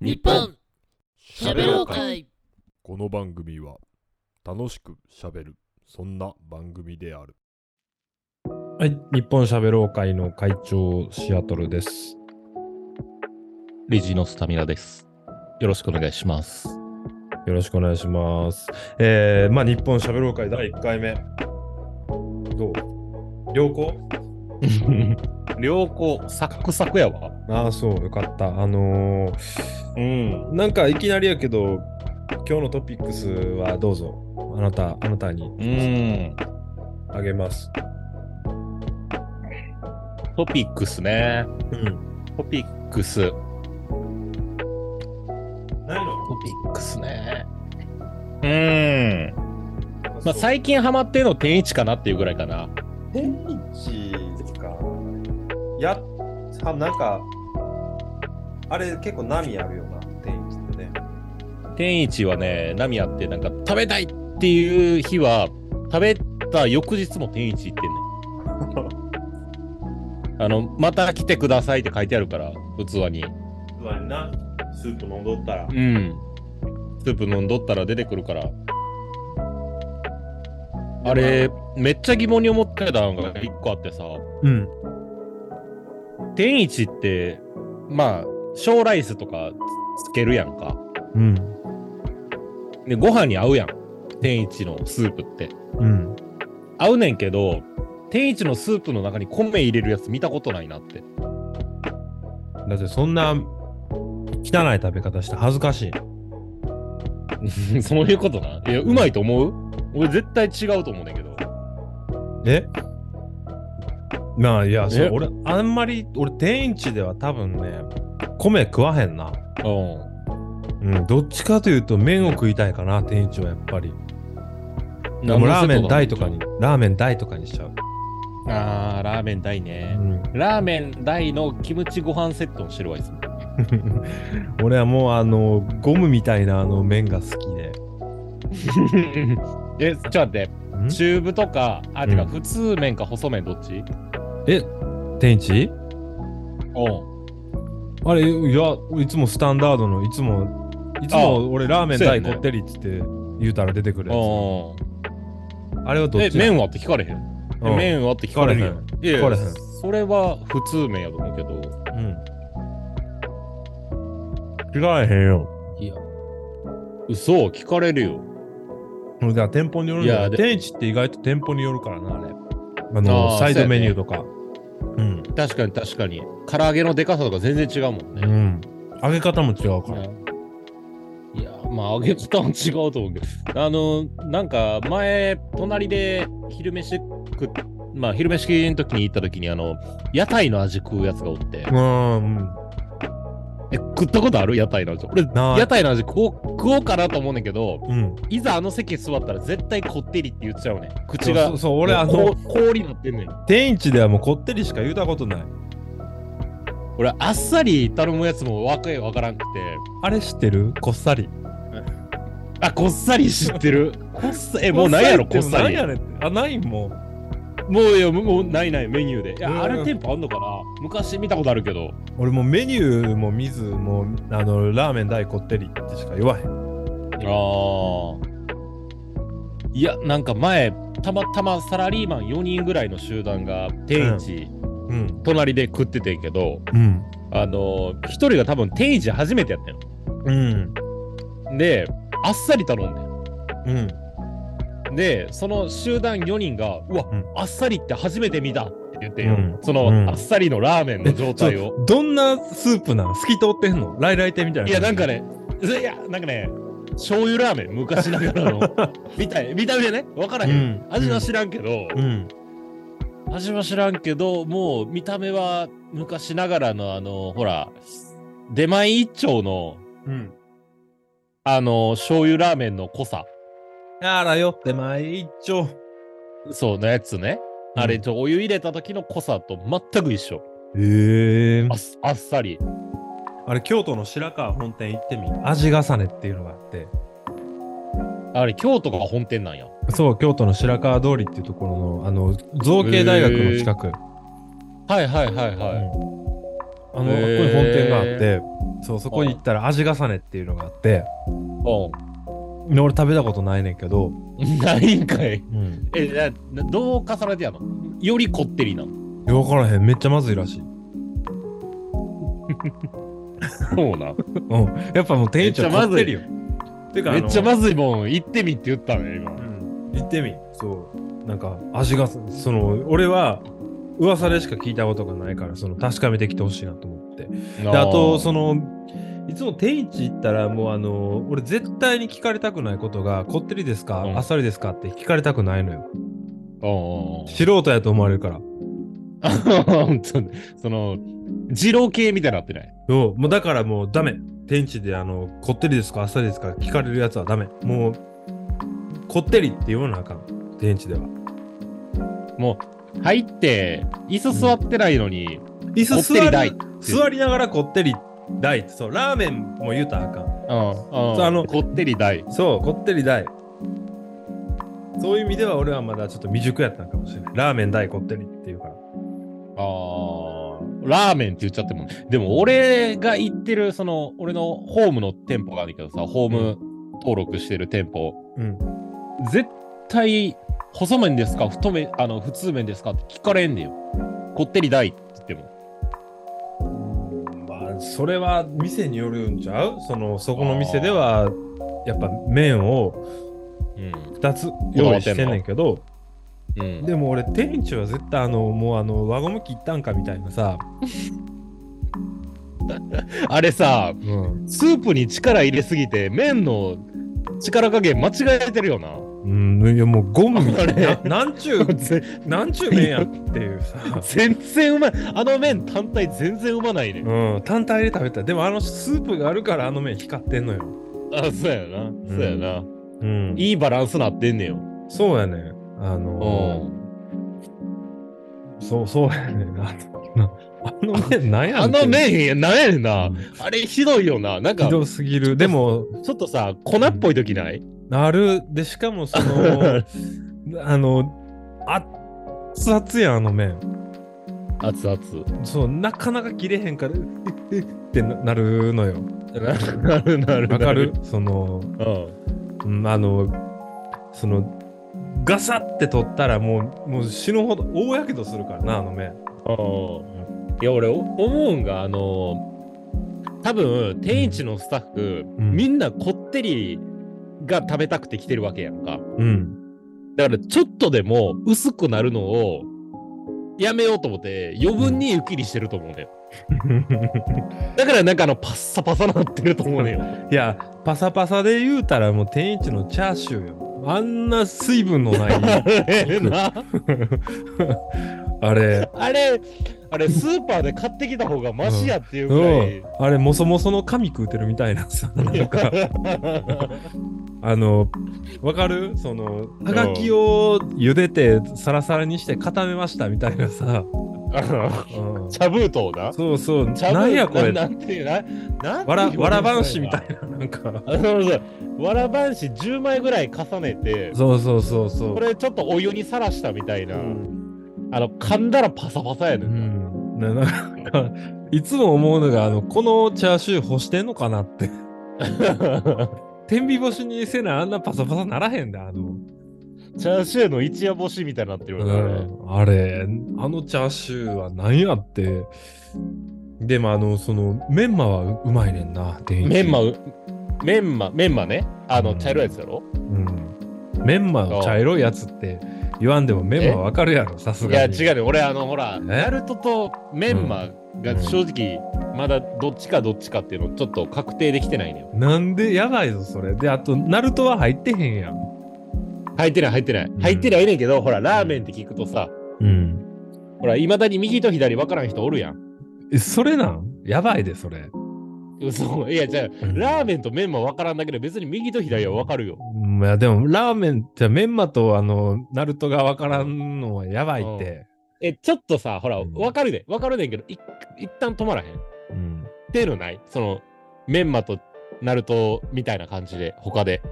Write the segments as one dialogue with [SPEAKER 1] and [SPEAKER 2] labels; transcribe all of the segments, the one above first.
[SPEAKER 1] 日本しゃべろう会
[SPEAKER 2] この番組は楽しくしゃべるそんな番組である
[SPEAKER 3] はい、日本しゃべろう会の会長シアトルです。
[SPEAKER 4] レジのスタミナです。よろしくお願いします。
[SPEAKER 3] よろしくお願いします。えー、まあ日本しゃべろう会第1回目。どう良好
[SPEAKER 4] 良好、サックサクやわ。
[SPEAKER 3] ああ、そう、よかった。あの
[SPEAKER 4] うん。
[SPEAKER 3] ー、なんかいきなりやけど、今日のトピックスはどうぞ、あなた、あなたに
[SPEAKER 4] うん。
[SPEAKER 3] あげます。
[SPEAKER 4] トピックスね。
[SPEAKER 3] うん。
[SPEAKER 4] トピックス。ト
[SPEAKER 3] 何の
[SPEAKER 4] ピックスね。うん。まあ、最近ハマってるの天一かなっていうぐらいかな。
[SPEAKER 3] 天一か。や、はなんか、あれ結構波あるよな、天一ってね。
[SPEAKER 4] 天一はね、波あってなんか食べたいっていう日は、食べた翌日も天一行 ってんねん。あの、また来てくださいって書いてあるから、器に。
[SPEAKER 3] うわな、スープ飲んどったら。
[SPEAKER 4] うん。スープ飲んどったら出てくるから。あれ、めっちゃ疑問に思ってたのが一個あってさ、
[SPEAKER 3] うん。
[SPEAKER 4] 天一って、まあ、小ライスとかつつけるやんか。
[SPEAKER 3] うん。
[SPEAKER 4] で、ご飯に合うやん。天一のスープって。
[SPEAKER 3] うん。
[SPEAKER 4] 合うねんけど、天一のスープの中に米入れるやつ見たことないなって。
[SPEAKER 3] だってそんな汚い食べ方して恥ずかしい。
[SPEAKER 4] そういうことな。いや、うまいと思う俺絶対違うと思うねんけど。
[SPEAKER 3] えまあいや、そう
[SPEAKER 4] え
[SPEAKER 3] 俺、あんまり、俺、天一では多分ね、米食わへんな。
[SPEAKER 4] う
[SPEAKER 3] うん、どっちかというと麺を食いたいかな、天一はやっぱり。
[SPEAKER 4] ん。
[SPEAKER 3] でもラーメン大
[SPEAKER 4] 大
[SPEAKER 3] とかに。、ラーメン大とかにしちゃう。
[SPEAKER 4] あー、ラーメン大ね。
[SPEAKER 3] うん、
[SPEAKER 4] ラーメン大のキムチご飯セットをしてるわい つも。
[SPEAKER 3] 俺はもう、あの、ゴムみたいなあの麺が好きで。
[SPEAKER 4] え、ちょっと待って、
[SPEAKER 3] ん
[SPEAKER 4] 中部とか、あ、て
[SPEAKER 3] う
[SPEAKER 4] か
[SPEAKER 3] ん
[SPEAKER 4] 普通麺か細麺どっち
[SPEAKER 3] え、天一
[SPEAKER 4] う
[SPEAKER 3] あれ、いや、いつもスタンダードの、いつも、いつも俺ラーメン
[SPEAKER 4] そうや
[SPEAKER 3] 大
[SPEAKER 4] ね
[SPEAKER 3] こってりっつって言うたら出てくるや
[SPEAKER 4] ん。
[SPEAKER 3] つ。あれはど
[SPEAKER 4] うん。
[SPEAKER 3] っ
[SPEAKER 4] え、
[SPEAKER 3] ち
[SPEAKER 4] 麺はって聞かれへん。
[SPEAKER 3] う
[SPEAKER 4] え
[SPEAKER 3] ん
[SPEAKER 4] 麺はって聞かれへんやん。いやい
[SPEAKER 3] 聞かれ
[SPEAKER 4] や
[SPEAKER 3] へん、
[SPEAKER 4] それは普通麺やと思うけど。
[SPEAKER 3] うん。違えへんよ。
[SPEAKER 4] いや。嘘、聞かれるよ。
[SPEAKER 3] だから店舗によるん
[SPEAKER 4] い
[SPEAKER 3] だ
[SPEAKER 4] や
[SPEAKER 3] よ。
[SPEAKER 4] で
[SPEAKER 3] 天一って意外と店舗によるからな、あれ。あ
[SPEAKER 4] あ
[SPEAKER 3] の、
[SPEAKER 4] ー
[SPEAKER 3] サイドメニューとか。うん。
[SPEAKER 4] 確かに確かに。唐揚げのでかさとか全然違うもんね。
[SPEAKER 3] うん。揚げ方も違うから。
[SPEAKER 4] いや、まあ、揚げ方は違うと思うけど、あの、なんか、前、隣で昼飯食っまあ、昼飯の時に行った時に、あの、屋台の味食うやつがおって、
[SPEAKER 3] うん。
[SPEAKER 4] え、食ったことある屋台の味。俺、
[SPEAKER 3] ない
[SPEAKER 4] 屋台の味食おう食おうかなと思うねんだけど、
[SPEAKER 3] うん。うん
[SPEAKER 4] いざあの席座ったら絶対こってりって言っちゃうねん。口
[SPEAKER 3] そう
[SPEAKER 4] が
[SPEAKER 3] そう、、そう俺、あ
[SPEAKER 4] もうこ
[SPEAKER 3] の、
[SPEAKER 4] 氷になってんねん。
[SPEAKER 3] 天一ではもうこってりしか言うたことない。
[SPEAKER 4] 俺、あっさり頼むやつもわけわからんくて、
[SPEAKER 3] あれ知ってるこっさり。
[SPEAKER 4] あ、こっさり知ってる。こっさえ、もうないやろ、こっさ
[SPEAKER 3] なん
[SPEAKER 4] り。
[SPEAKER 3] やねんって。あ、ないもん。
[SPEAKER 4] もういや、もうないない、メニューで。いや、
[SPEAKER 3] うん
[SPEAKER 4] ある店舗あんのかな昔見たことあるけど。
[SPEAKER 3] 俺もうメニューも見ずもうあのラーメン大こってりってしか言わへん
[SPEAKER 4] ああ。いや、なんか前、たまたまサラリーマン4人ぐらいの集団が、天一、
[SPEAKER 3] うん
[SPEAKER 4] 隣で食っててんけど、
[SPEAKER 3] うん
[SPEAKER 4] あのー、1人が多分天一初めてやったよ。
[SPEAKER 3] うん
[SPEAKER 4] で、あっさり頼んでん。
[SPEAKER 3] うん
[SPEAKER 4] で、その集団4人が、うわ、
[SPEAKER 3] うん
[SPEAKER 4] あっさりって初めて見たって言ってんよ。
[SPEAKER 3] うん
[SPEAKER 4] その、
[SPEAKER 3] うん
[SPEAKER 4] あっさりのラーメンの状態 を。
[SPEAKER 3] どんなスープなん透き通ってんのライライ亭みたいないい
[SPEAKER 4] や、なんかね、いや、なんかね、醤油ラーメン、昔ながら の。みたい、見た目でね、わからへん。
[SPEAKER 3] うん
[SPEAKER 4] 味は知らんけど、
[SPEAKER 3] うん
[SPEAKER 4] 味は知らんけど、もう見た目は昔ながらの、あの、ほら、出前一丁の、
[SPEAKER 3] うん
[SPEAKER 4] あの、醤油ラーメンの濃さ、
[SPEAKER 3] あらよってまい一丁
[SPEAKER 4] そうのやつね。
[SPEAKER 3] うん
[SPEAKER 4] あれ、ちょお湯入れた時の濃さと全く一緒。
[SPEAKER 3] へえ
[SPEAKER 4] あっあっさり。
[SPEAKER 3] あれ京都の白川本店行ってみ味重ねっていうのがあって
[SPEAKER 4] あれ、京都が本店なんや。
[SPEAKER 3] そう京都の白川通りっていうところのあの造形大学の近く、
[SPEAKER 4] はいはいはいはい。
[SPEAKER 3] あの、あっこに本店があって、そう、そこに行ったら味がさねっていうのがあって、
[SPEAKER 4] お
[SPEAKER 3] で俺食べたことないねんけど、
[SPEAKER 4] うないん かい。
[SPEAKER 3] うん。
[SPEAKER 4] え、じゃあどう重ねてやんのよりこってりなの。
[SPEAKER 3] 分からへん、めっちゃまずいらしい。
[SPEAKER 4] そうな。
[SPEAKER 3] うん。やっぱもう店長
[SPEAKER 4] めっちゃま
[SPEAKER 3] こっ
[SPEAKER 4] ずい
[SPEAKER 3] てるよ。てか
[SPEAKER 4] めっちゃ
[SPEAKER 3] ず
[SPEAKER 4] まずいもん、行ってみって言ったね、今。
[SPEAKER 3] い。行ってみ。そう。なんか味が、その、俺は噂でしか聞いたことがないから、その確かめてきてほしいなと思って。であとそのいつも定位置行ったらもうあの俺絶対に聞かれたくないことがこってりですか、
[SPEAKER 4] うん
[SPEAKER 3] あっさりですかって聞かれたくないのよ
[SPEAKER 4] おうおうおう
[SPEAKER 3] 素人やと思われるから
[SPEAKER 4] 本当にその、二郎系みたいになってない。
[SPEAKER 3] そうもうだからもうダメ定位置であのこってりですかあっさりですか聞かれるやつはダメもうこってりって言わなあかん定位置では
[SPEAKER 4] もう、入って、椅子座ってないのに、
[SPEAKER 3] 椅
[SPEAKER 4] こ
[SPEAKER 3] 子
[SPEAKER 4] ってり
[SPEAKER 3] 座
[SPEAKER 4] 大。
[SPEAKER 3] り
[SPEAKER 4] うん
[SPEAKER 3] 座りながらこってり大ってそうラーメンも言うたらあかん
[SPEAKER 4] うん。
[SPEAKER 3] そうあの
[SPEAKER 4] こってり大。
[SPEAKER 3] そうこってり大そういう意味では俺はまだちょっと未熟やったんかもしれないラーメン大こってりっていうから
[SPEAKER 4] あーラーメンって言っちゃってもんでも俺が行ってるその俺のホームの店舗があるけどさホーム登録してる店舗、
[SPEAKER 3] うん
[SPEAKER 4] 絶対細麺ですか太麺あの普通麺ですかって聞かれんねんよこってり大って言っても
[SPEAKER 3] まあそれは店によるんちゃうそのそこの店ではやっぱ麺を
[SPEAKER 4] うん
[SPEAKER 3] 2つ用意してんねんけど
[SPEAKER 4] うん
[SPEAKER 3] でも俺店長は絶対あのもうあの輪ゴム切ったんかみたいなさ、
[SPEAKER 4] あれさ
[SPEAKER 3] うん
[SPEAKER 4] スープに力入れすぎて麺の力加減間違えてるよな
[SPEAKER 3] いやもうゴ ムみたい
[SPEAKER 4] あ
[SPEAKER 3] なななん ちゅう
[SPEAKER 4] ぜ
[SPEAKER 3] なんちゅう麺やっていうさ
[SPEAKER 4] 全然うまいあの麺単体全然うまないね
[SPEAKER 3] うん単体で食べたでもあのスープがあるからあの麺光ってんのよ
[SPEAKER 4] あそうやなそうやな、
[SPEAKER 3] うん
[SPEAKER 4] いいバランスなってんねんよ。
[SPEAKER 3] そうやねんあのそうそうやねんな あの麺なんやねん
[SPEAKER 4] あの麺、なんやねんな
[SPEAKER 3] う。ん
[SPEAKER 4] あれひどいよな。なんか、
[SPEAKER 3] ひ
[SPEAKER 4] ちょ
[SPEAKER 3] どすぎるでも
[SPEAKER 4] っとさ、粉っぽい時ない
[SPEAKER 3] なるでしかもその あのあ熱々やんあの麺
[SPEAKER 4] 熱々。
[SPEAKER 3] そうなかなか切れへんからうっうっってななるのよ
[SPEAKER 4] ななるなる。
[SPEAKER 3] わかるその、
[SPEAKER 4] なうん。
[SPEAKER 3] うん、あのそのガサって取ったらもうもう死ぬほど大やけどするからなあの麺
[SPEAKER 4] うんいや、俺、お思うんが、あのー、多分、天一のスタッフ、
[SPEAKER 3] うん
[SPEAKER 4] みんなこってりが食べたくて来てるわけやんか。
[SPEAKER 3] うん
[SPEAKER 4] だから、ちょっとでも薄くなるのを、やめようと思って、余分に湯切りしてると思うねん。 だからなんかあのパッサパサなってると思うねんよ。
[SPEAKER 3] いやパサパサで言うたらもう天一のチャーシューよあんな水分のない あれ
[SPEAKER 4] あれ、あれスーパーで買ってきた方がマシやっていうぐら
[SPEAKER 3] う
[SPEAKER 4] い
[SPEAKER 3] ん。あれもそもその紙食うてるみたいなさなん かあの、わかるその、はがきを茹でて、サラサラにして固めましたみたいなさ。
[SPEAKER 4] あの
[SPEAKER 3] うん
[SPEAKER 4] 茶封筒な。
[SPEAKER 3] そうそう、
[SPEAKER 4] 茶封
[SPEAKER 3] なんやこれ。
[SPEAKER 4] ななんていうな。なんて
[SPEAKER 3] わら、
[SPEAKER 4] いう
[SPEAKER 3] わらばんしみたいな、なんか。
[SPEAKER 4] あそうそうわらばんし10枚ぐらい重ねて、
[SPEAKER 3] そうそうそうそ
[SPEAKER 4] こ
[SPEAKER 3] う。
[SPEAKER 4] れちょっとお湯にさらしたみたいな。
[SPEAKER 3] うん
[SPEAKER 4] あの、噛んだらパサパサや
[SPEAKER 3] う
[SPEAKER 4] ねんな。
[SPEAKER 3] ん。ななんか、いつも思うのが、あの、このチャーシュー干してんのかな って。天日干しにせなあんなパサパサならへんだ、あの。
[SPEAKER 4] チャーシューの一夜干しみたいになってるよねあれ。
[SPEAKER 3] あれ、あのチャーシューは何やって。でもあの、その、メンマはううまいねんな、天一
[SPEAKER 4] メンマう、メンマ、メンマね。あ
[SPEAKER 3] う
[SPEAKER 4] の、
[SPEAKER 3] ん
[SPEAKER 4] 茶色いやつだろ、
[SPEAKER 3] うん。メンマの茶色いやつって言わんでもメンマわかるやろ、さす
[SPEAKER 4] いや、
[SPEAKER 3] がに。
[SPEAKER 4] 違うね。俺、あの、ほら、
[SPEAKER 3] え
[SPEAKER 4] ナルトとメンマ
[SPEAKER 3] う
[SPEAKER 4] が
[SPEAKER 3] ん
[SPEAKER 4] 正直、まだどっちかどっちかっていうのちょっと確定できてないのよ。
[SPEAKER 3] なんでやばいぞ、それ。で、あと、ナルトは入ってへんやん。
[SPEAKER 4] 入ってない、入ってない
[SPEAKER 3] ん。
[SPEAKER 4] 入ってないねんけど、ほら、ラーメンって聞くとさ、
[SPEAKER 3] うん。
[SPEAKER 4] ほら、いまだに右と左分からん人おるやん。
[SPEAKER 3] え、それなんやばいで、それ。
[SPEAKER 4] 嘘。いや、じゃあ、ラーメンとメンマ分からんだけど、別に右と左は分かるよ。
[SPEAKER 3] うんいや、でも、ラーメンってメンマとあの、ナルトがわからんのはやばいって。
[SPEAKER 4] え、ちょっとさ、ほら、
[SPEAKER 3] うん
[SPEAKER 4] 分かるで。分かるねんけど、い一旦止まらへん。っ
[SPEAKER 3] うん。
[SPEAKER 4] ていうのないその、メンマとナルトみたいな感じで、他で。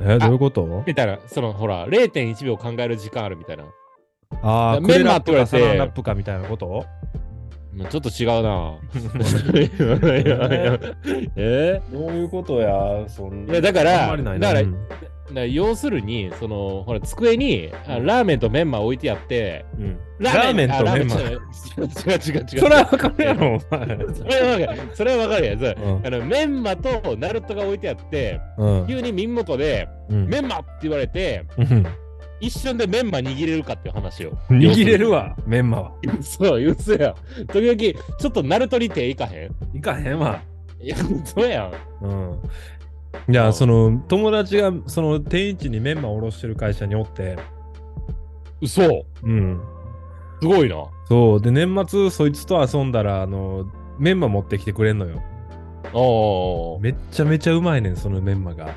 [SPEAKER 3] え、どういうこと
[SPEAKER 4] みたいな、そのほら、0.1秒考える時間あるみたいな。
[SPEAKER 3] ああ、
[SPEAKER 4] メ
[SPEAKER 3] メ
[SPEAKER 4] ン
[SPEAKER 3] ン
[SPEAKER 4] マ
[SPEAKER 3] マ
[SPEAKER 4] って
[SPEAKER 3] と
[SPEAKER 4] 言われ
[SPEAKER 3] か
[SPEAKER 4] て
[SPEAKER 3] サランラップかみたいなこと
[SPEAKER 4] ちょっと違うな。いやいやいやえ
[SPEAKER 3] どういうことや、そん
[SPEAKER 4] いやだから
[SPEAKER 3] あんまりないな
[SPEAKER 4] だから
[SPEAKER 3] うん
[SPEAKER 4] ーな要するに、その、ほら、机にあラーメンとメンマ置いてあって、
[SPEAKER 3] うんラーメンとメンマ。
[SPEAKER 4] あラーメン違う違う違う違う違う。
[SPEAKER 3] それはわかるやろ、お前。
[SPEAKER 4] それはわかる。それはわかるやんそう
[SPEAKER 3] うん
[SPEAKER 4] あのメンマとナルトが置いてあって、
[SPEAKER 3] うん
[SPEAKER 4] 急に民元で、
[SPEAKER 3] うん
[SPEAKER 4] メンマって言われて、
[SPEAKER 3] うん
[SPEAKER 4] 一瞬でメンマ握れるかっていう話を。
[SPEAKER 3] 握れるわ、メンマは。
[SPEAKER 4] 要するに。そう、嘘や。時々、ちょっとナルトに手いかへん
[SPEAKER 3] いかへんわ。
[SPEAKER 4] いや、そうやん。
[SPEAKER 3] うん。いや、その、友達が、その、天一にメンマおろしてる会社におって、
[SPEAKER 4] 嘘。
[SPEAKER 3] うん。
[SPEAKER 4] すごいな。
[SPEAKER 3] そう、で、年末、そいつと遊んだら、あの、メンマ持ってきてくれんのよ。
[SPEAKER 4] おー
[SPEAKER 3] めっちゃめちゃうまいねん、そのメンマが。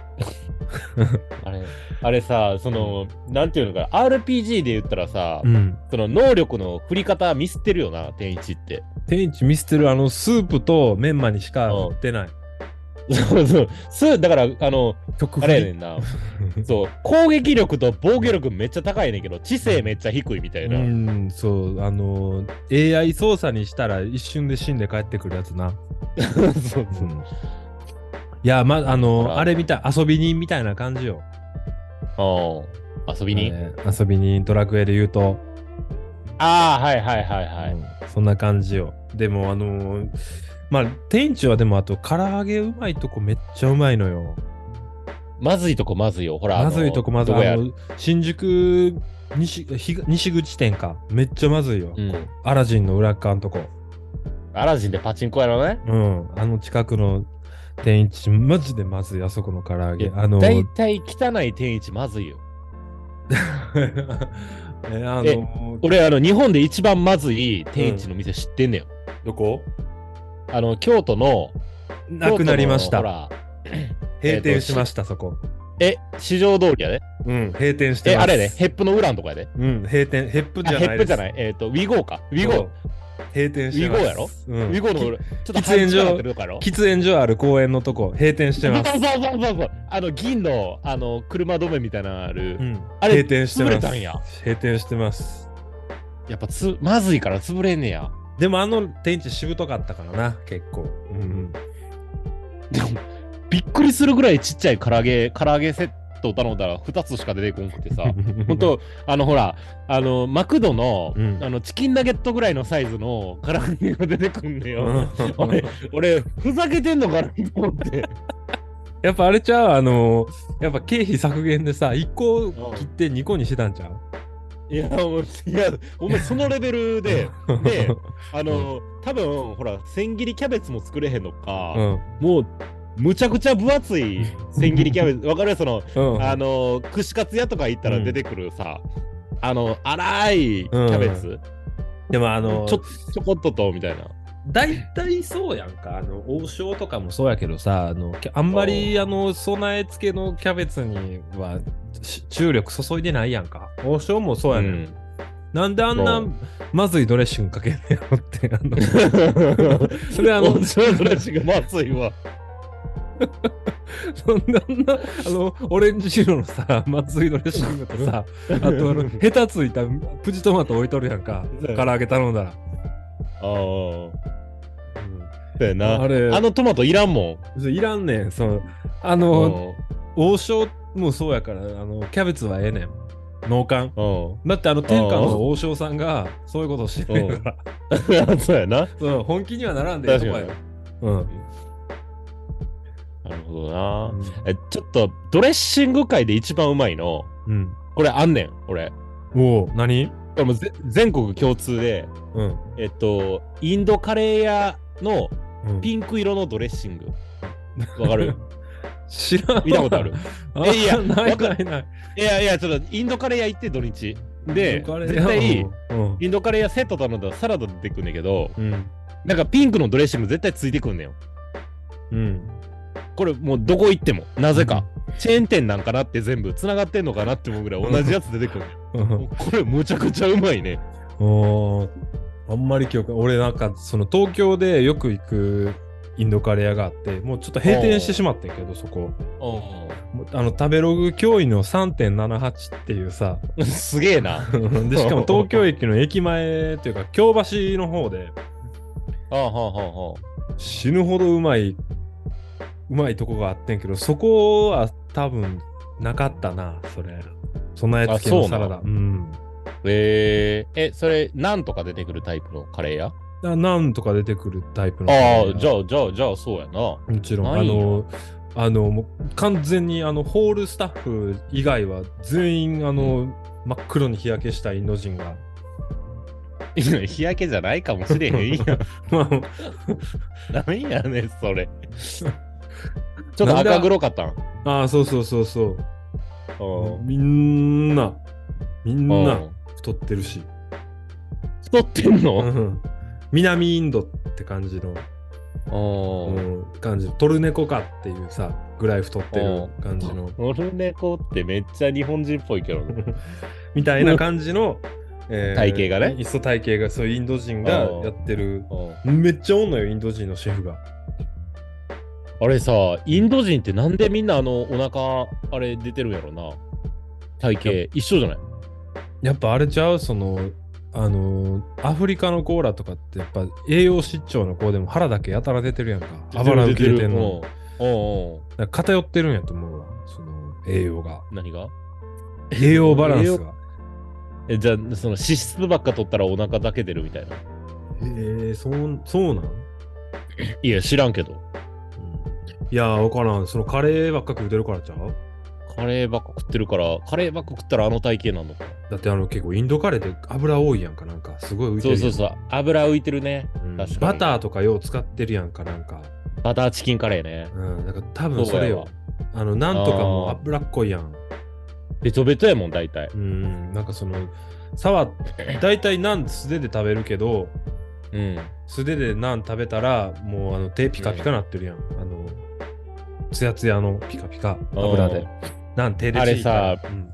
[SPEAKER 4] あれあれさ、その、なんていうのかな、RPG で言ったらさ、
[SPEAKER 3] うん。
[SPEAKER 4] その能力の振り方ミスってるよな、天一って。
[SPEAKER 3] 天一見捨てる、あの、スープとメンマにしか売ってない。
[SPEAKER 4] そうそう。すだから、あの、
[SPEAKER 3] 曲
[SPEAKER 4] あれやねん な。そう、攻撃力と防御力めっちゃ高いねんけど、知性めっちゃ低いみたいうな。
[SPEAKER 3] ん、そう、あの、AI 操作にしたら一瞬で死んで帰ってくるやつな。
[SPEAKER 4] そうそう
[SPEAKER 3] いや、ま、あ
[SPEAKER 4] ほ
[SPEAKER 3] の、
[SPEAKER 4] ら
[SPEAKER 3] あれみたい、遊び人みたいな感じよ。
[SPEAKER 4] あー遊びに、
[SPEAKER 3] えー遊び人、ドラクエで言うと。
[SPEAKER 4] ああ、はいはいはいはい。
[SPEAKER 3] うんそんな感じよ。でも、あのーまあ、天一はでも、あと、唐揚げうまいとこめっちゃうまいのよ。
[SPEAKER 4] まずいとこまずいよ。ほら、
[SPEAKER 3] まずいとこまずい。
[SPEAKER 4] あ
[SPEAKER 3] あ
[SPEAKER 4] のどこ
[SPEAKER 3] の新宿西東西口店か。めっちゃまずいよ。
[SPEAKER 4] やうん。
[SPEAKER 3] アラジンの裏っ側のとこ。
[SPEAKER 4] アラジンでパチンコやろね。
[SPEAKER 3] うん。あの近くの天一、マジでまずい、あそこの唐揚
[SPEAKER 4] い
[SPEAKER 3] げ。
[SPEAKER 4] や
[SPEAKER 3] あのー、
[SPEAKER 4] 大体汚い天一まずいよ。
[SPEAKER 3] えあのー
[SPEAKER 4] 俺、あの、日本で一番まずい天一の店知ってんねよ。
[SPEAKER 3] どこ
[SPEAKER 4] あの、京都の。
[SPEAKER 3] なくなりまし
[SPEAKER 4] 京都
[SPEAKER 3] た。
[SPEAKER 4] のほら、
[SPEAKER 3] 閉店しました、そこ。
[SPEAKER 4] え、市場通りやね。
[SPEAKER 3] うん、閉店して
[SPEAKER 4] え、
[SPEAKER 3] ます。
[SPEAKER 4] あれやね。ヘップの裏のとこやで。
[SPEAKER 3] うん、閉店、ヘップじゃ
[SPEAKER 4] あヘ
[SPEAKER 3] ない
[SPEAKER 4] ップ
[SPEAKER 3] です。
[SPEAKER 4] じゃない。えっ、と、ウィゴーか。ウィゴ
[SPEAKER 3] そ
[SPEAKER 4] ー
[SPEAKER 3] う。閉店してます。
[SPEAKER 4] ウィゴーやろ
[SPEAKER 3] う
[SPEAKER 4] ウ
[SPEAKER 3] ん。
[SPEAKER 4] ィゴーの裏、ちょっと
[SPEAKER 3] 喫煙所
[SPEAKER 4] 入ってるとこやろ。
[SPEAKER 3] 喫煙所ある公園のとこ、閉店して
[SPEAKER 4] そう
[SPEAKER 3] ま
[SPEAKER 4] そ
[SPEAKER 3] す
[SPEAKER 4] う。そうそうそう。あの、銀の、あの、車止めみたいなのある。
[SPEAKER 3] うん。
[SPEAKER 4] あれ
[SPEAKER 3] 閉店してます。
[SPEAKER 4] 潰れたんや
[SPEAKER 3] 閉店してます。
[SPEAKER 4] やっぱつ、まずいから潰れんねや。
[SPEAKER 3] でもあの店地しぶとかったからな、結構。うん。
[SPEAKER 4] でも、びっくりするぐらいちっちゃい唐揚げ、唐揚げセット頼んだら2つしか出てこんくてさ。ほんと、あの、ほら、あの、マクドの、
[SPEAKER 3] うん
[SPEAKER 4] あの、チキンナゲットぐらいのサイズの唐揚げが出てくんね
[SPEAKER 3] う
[SPEAKER 4] よ。
[SPEAKER 3] ん。
[SPEAKER 4] 俺、俺、ふざけてんのかなと思って。
[SPEAKER 3] やっぱあれちゃうあのー、やっぱ経費削減でさ、1個切って2個にしてたんちゃう
[SPEAKER 4] いや、もう、いや、お前、そのレベルで、 で、あの、多分ほら、千切りキャベツも作れへんの
[SPEAKER 3] う
[SPEAKER 4] か、
[SPEAKER 3] ん。
[SPEAKER 4] もう、むちゃくちゃ分厚 い千切りキャベツ、わかるその、
[SPEAKER 3] うん。
[SPEAKER 4] あの、串カツ屋とか行ったら出てくるさ、あの、粗いキャベツ、
[SPEAKER 3] でもあのー、
[SPEAKER 4] ちょちょこっとと、みたいな。
[SPEAKER 3] 大体そうやんかあの王将とかもそうやけどさあのきあんまりあの備え付けのキャベツにはし注力注いでないやんか王将もそうやねん、
[SPEAKER 4] ん。
[SPEAKER 3] なんであん
[SPEAKER 4] そ
[SPEAKER 3] な
[SPEAKER 4] う
[SPEAKER 3] まずいドレッシングかけんねやろってあの それあ
[SPEAKER 4] あ
[SPEAKER 3] の
[SPEAKER 4] の、それしがまずいわ。
[SPEAKER 3] そんなあんなあのオレンジ色のさまずいドレッシングとさあとあのヘタついたプチトマト置いとるやんか
[SPEAKER 4] そうや
[SPEAKER 3] 唐揚げ頼んだら、
[SPEAKER 4] ああ、そ
[SPEAKER 3] うん
[SPEAKER 4] うやな。
[SPEAKER 3] あれ
[SPEAKER 4] あのトマトいらんも
[SPEAKER 3] いらんねんそのあ
[SPEAKER 4] ん。
[SPEAKER 3] の、
[SPEAKER 4] うん
[SPEAKER 3] 王将もそうやからあのキャベツはええねん農館
[SPEAKER 4] うん。
[SPEAKER 3] だってあの天下の王将さんがそういうことしてるから
[SPEAKER 4] そうやな。
[SPEAKER 3] そう本気にはならんでええと
[SPEAKER 4] 確
[SPEAKER 3] こ
[SPEAKER 4] か
[SPEAKER 3] や
[SPEAKER 4] に
[SPEAKER 3] で。うん
[SPEAKER 4] なるほどな。え、ちょっと、ドレッシング界で一番うまいの、
[SPEAKER 3] うん
[SPEAKER 4] これあんねん、俺。
[SPEAKER 3] おお何
[SPEAKER 4] これもうぜ全国共通で、
[SPEAKER 3] うん
[SPEAKER 4] えっと、インドカレー屋の
[SPEAKER 3] うん
[SPEAKER 4] ピンク色のドレッシング。わか る
[SPEAKER 3] 知らんわ
[SPEAKER 4] 見たことある
[SPEAKER 3] あ
[SPEAKER 4] えいや
[SPEAKER 3] ない
[SPEAKER 4] わか
[SPEAKER 3] ないない
[SPEAKER 4] いやいや、ちょっとインドカレー屋行って土日。で、
[SPEAKER 3] カレー
[SPEAKER 4] 絶対、
[SPEAKER 3] うん
[SPEAKER 4] インドカレー屋セット頼んだらサラダ出てくんねんけど、
[SPEAKER 3] うん
[SPEAKER 4] なんかピンクのドレッシング絶対ついてくんねんよ。
[SPEAKER 3] うん
[SPEAKER 4] これもうどこ行っても、なぜか。チェーン店なんかなって全部繋がってんのかなって思うぐらい同じやつ出てくる。
[SPEAKER 3] うん
[SPEAKER 4] これむちゃくちゃうまいね。
[SPEAKER 3] おーあんまり記憶俺なんかその東京でよく行くインドカレー屋があってもうちょっと閉店してしまってんけどそこもうあの食べログ驚異の3.78ってい うさ
[SPEAKER 4] すげえな。
[SPEAKER 3] でしかも東京駅の駅前というか京橋の方で
[SPEAKER 4] ああ、はあ、はあ、は
[SPEAKER 3] 死ぬほどうまい、うまいとこがあってんけど、そこは多分なかったな、それ。備え付けのサラダ。
[SPEAKER 4] あ
[SPEAKER 3] う
[SPEAKER 4] そ
[SPEAKER 3] ん
[SPEAKER 4] あ。えー、え、それ、なんとか出てくるタイプのカレーや
[SPEAKER 3] な。なんとか出てくるタイプの。
[SPEAKER 4] ああ、じゃあ、じゃあ、じゃあ、そうやな。
[SPEAKER 3] もちろん、
[SPEAKER 4] な
[SPEAKER 3] あ
[SPEAKER 4] いよ
[SPEAKER 3] の、あの、もう完全にあのホールスタッフ以外は全員あの、真っ黒に日焼けしたインド人が。
[SPEAKER 4] いや日焼けじゃないかもしれへん やん。
[SPEAKER 3] まあ
[SPEAKER 4] 何やねん、 それ。ちょっと赤黒かったん。
[SPEAKER 3] ああ、そうそうそうそう。
[SPEAKER 4] うん
[SPEAKER 3] みんな、みん
[SPEAKER 4] う
[SPEAKER 3] なん太ってるし。
[SPEAKER 4] 太ってん
[SPEAKER 3] う
[SPEAKER 4] の
[SPEAKER 3] ん南インドって感じの、
[SPEAKER 4] うん
[SPEAKER 3] うん感じ。トルネコかっていうさ、ぐらい太ってる感じの、
[SPEAKER 4] オルネコってめっちゃ日本人っぽいけどね。
[SPEAKER 3] みたいな感じの、え
[SPEAKER 4] 体型がね
[SPEAKER 3] いっそ体型が、そういうインド人が
[SPEAKER 4] うん
[SPEAKER 3] やってる。
[SPEAKER 4] うん
[SPEAKER 3] めっちゃおんのよ、インド人のシェフが。
[SPEAKER 4] あれさ、インド人ってなんでみんなあのお腹、あれ出てるんやろな。体型、一緒じゃない
[SPEAKER 3] やっぱあれちゃうそのあのアフリカのコーラとかってやっぱ栄養失調の子でも腹だけやたら出てるやんかあばら浮き出てん
[SPEAKER 4] う
[SPEAKER 3] の。
[SPEAKER 4] んうんうん
[SPEAKER 3] だから偏ってるんやと思うわその栄養が
[SPEAKER 4] 何が
[SPEAKER 3] 栄養バランスが
[SPEAKER 4] えじゃあ、その脂質ばっか取ったらお腹だけ出るみたいな。
[SPEAKER 3] えー、そうそうなん、
[SPEAKER 4] いや、知らんけど。
[SPEAKER 3] いやーわからんそのカレーばっか食うてるからちゃう
[SPEAKER 4] カレーばっか食ってるから、カレーばっか食ったらあの体型なのか。
[SPEAKER 3] だってあの結構インドカレーって油多いやんかなんかすごい浮いて
[SPEAKER 4] そ
[SPEAKER 3] る
[SPEAKER 4] う
[SPEAKER 3] やん
[SPEAKER 4] そうそう、油浮いてるね。
[SPEAKER 3] うん
[SPEAKER 4] 確かに
[SPEAKER 3] バターとかよう使ってるやんかなんか
[SPEAKER 4] バターチキンカレーね。
[SPEAKER 3] うんなんか
[SPEAKER 4] そ
[SPEAKER 3] 多
[SPEAKER 4] う
[SPEAKER 3] 分
[SPEAKER 4] や
[SPEAKER 3] それよ
[SPEAKER 4] わ
[SPEAKER 3] あのなんとかも
[SPEAKER 4] あー
[SPEAKER 3] 油っこいやん
[SPEAKER 4] ベトベトやもん、大体。
[SPEAKER 3] うん、なんかその、触っ、大体ナン素手で食べるけど、
[SPEAKER 4] うん。
[SPEAKER 3] 素手でナン食べたら、もうあの手ピカピカなってるやん。あの、ツヤツヤのピカピカ、油で。ナン手で敷いた
[SPEAKER 4] あれ
[SPEAKER 3] さ、うん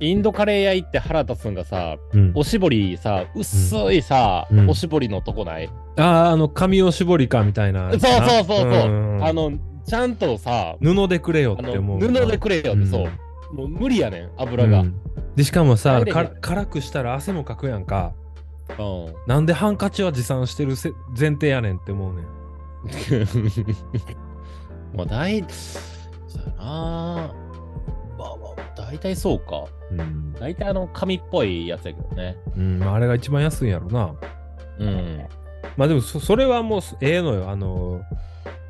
[SPEAKER 4] インドカレー屋行って腹立つんがさ、
[SPEAKER 3] うん
[SPEAKER 4] おしぼりさ、薄いさ、
[SPEAKER 3] うん
[SPEAKER 4] おしぼりのとこない、
[SPEAKER 3] あーあの、紙を絞りかみたいな。
[SPEAKER 4] そうそうそうそう、
[SPEAKER 3] ん
[SPEAKER 4] あ、の、ちゃんとさ、
[SPEAKER 3] 布でくれよ
[SPEAKER 4] あ
[SPEAKER 3] っ
[SPEAKER 4] の
[SPEAKER 3] て思う。
[SPEAKER 4] 布でくれよって、
[SPEAKER 3] うん
[SPEAKER 4] そう。もう無理やねん、油が。
[SPEAKER 3] う
[SPEAKER 4] うん。
[SPEAKER 3] んで、しかもさ、
[SPEAKER 4] 入れへん
[SPEAKER 3] か辛くしたら汗もかくやんか。なんでハンカチは持参してるせ前提やねんって思うねん。
[SPEAKER 4] まあ、大、そうやなまあまあ、大体そうか。
[SPEAKER 3] うん、
[SPEAKER 4] 大体あの、紙っぽいやつやけどね。
[SPEAKER 3] うん、まああれが一番安いんやろな。
[SPEAKER 4] うん。
[SPEAKER 3] まあでもそそれはもうすええのよあの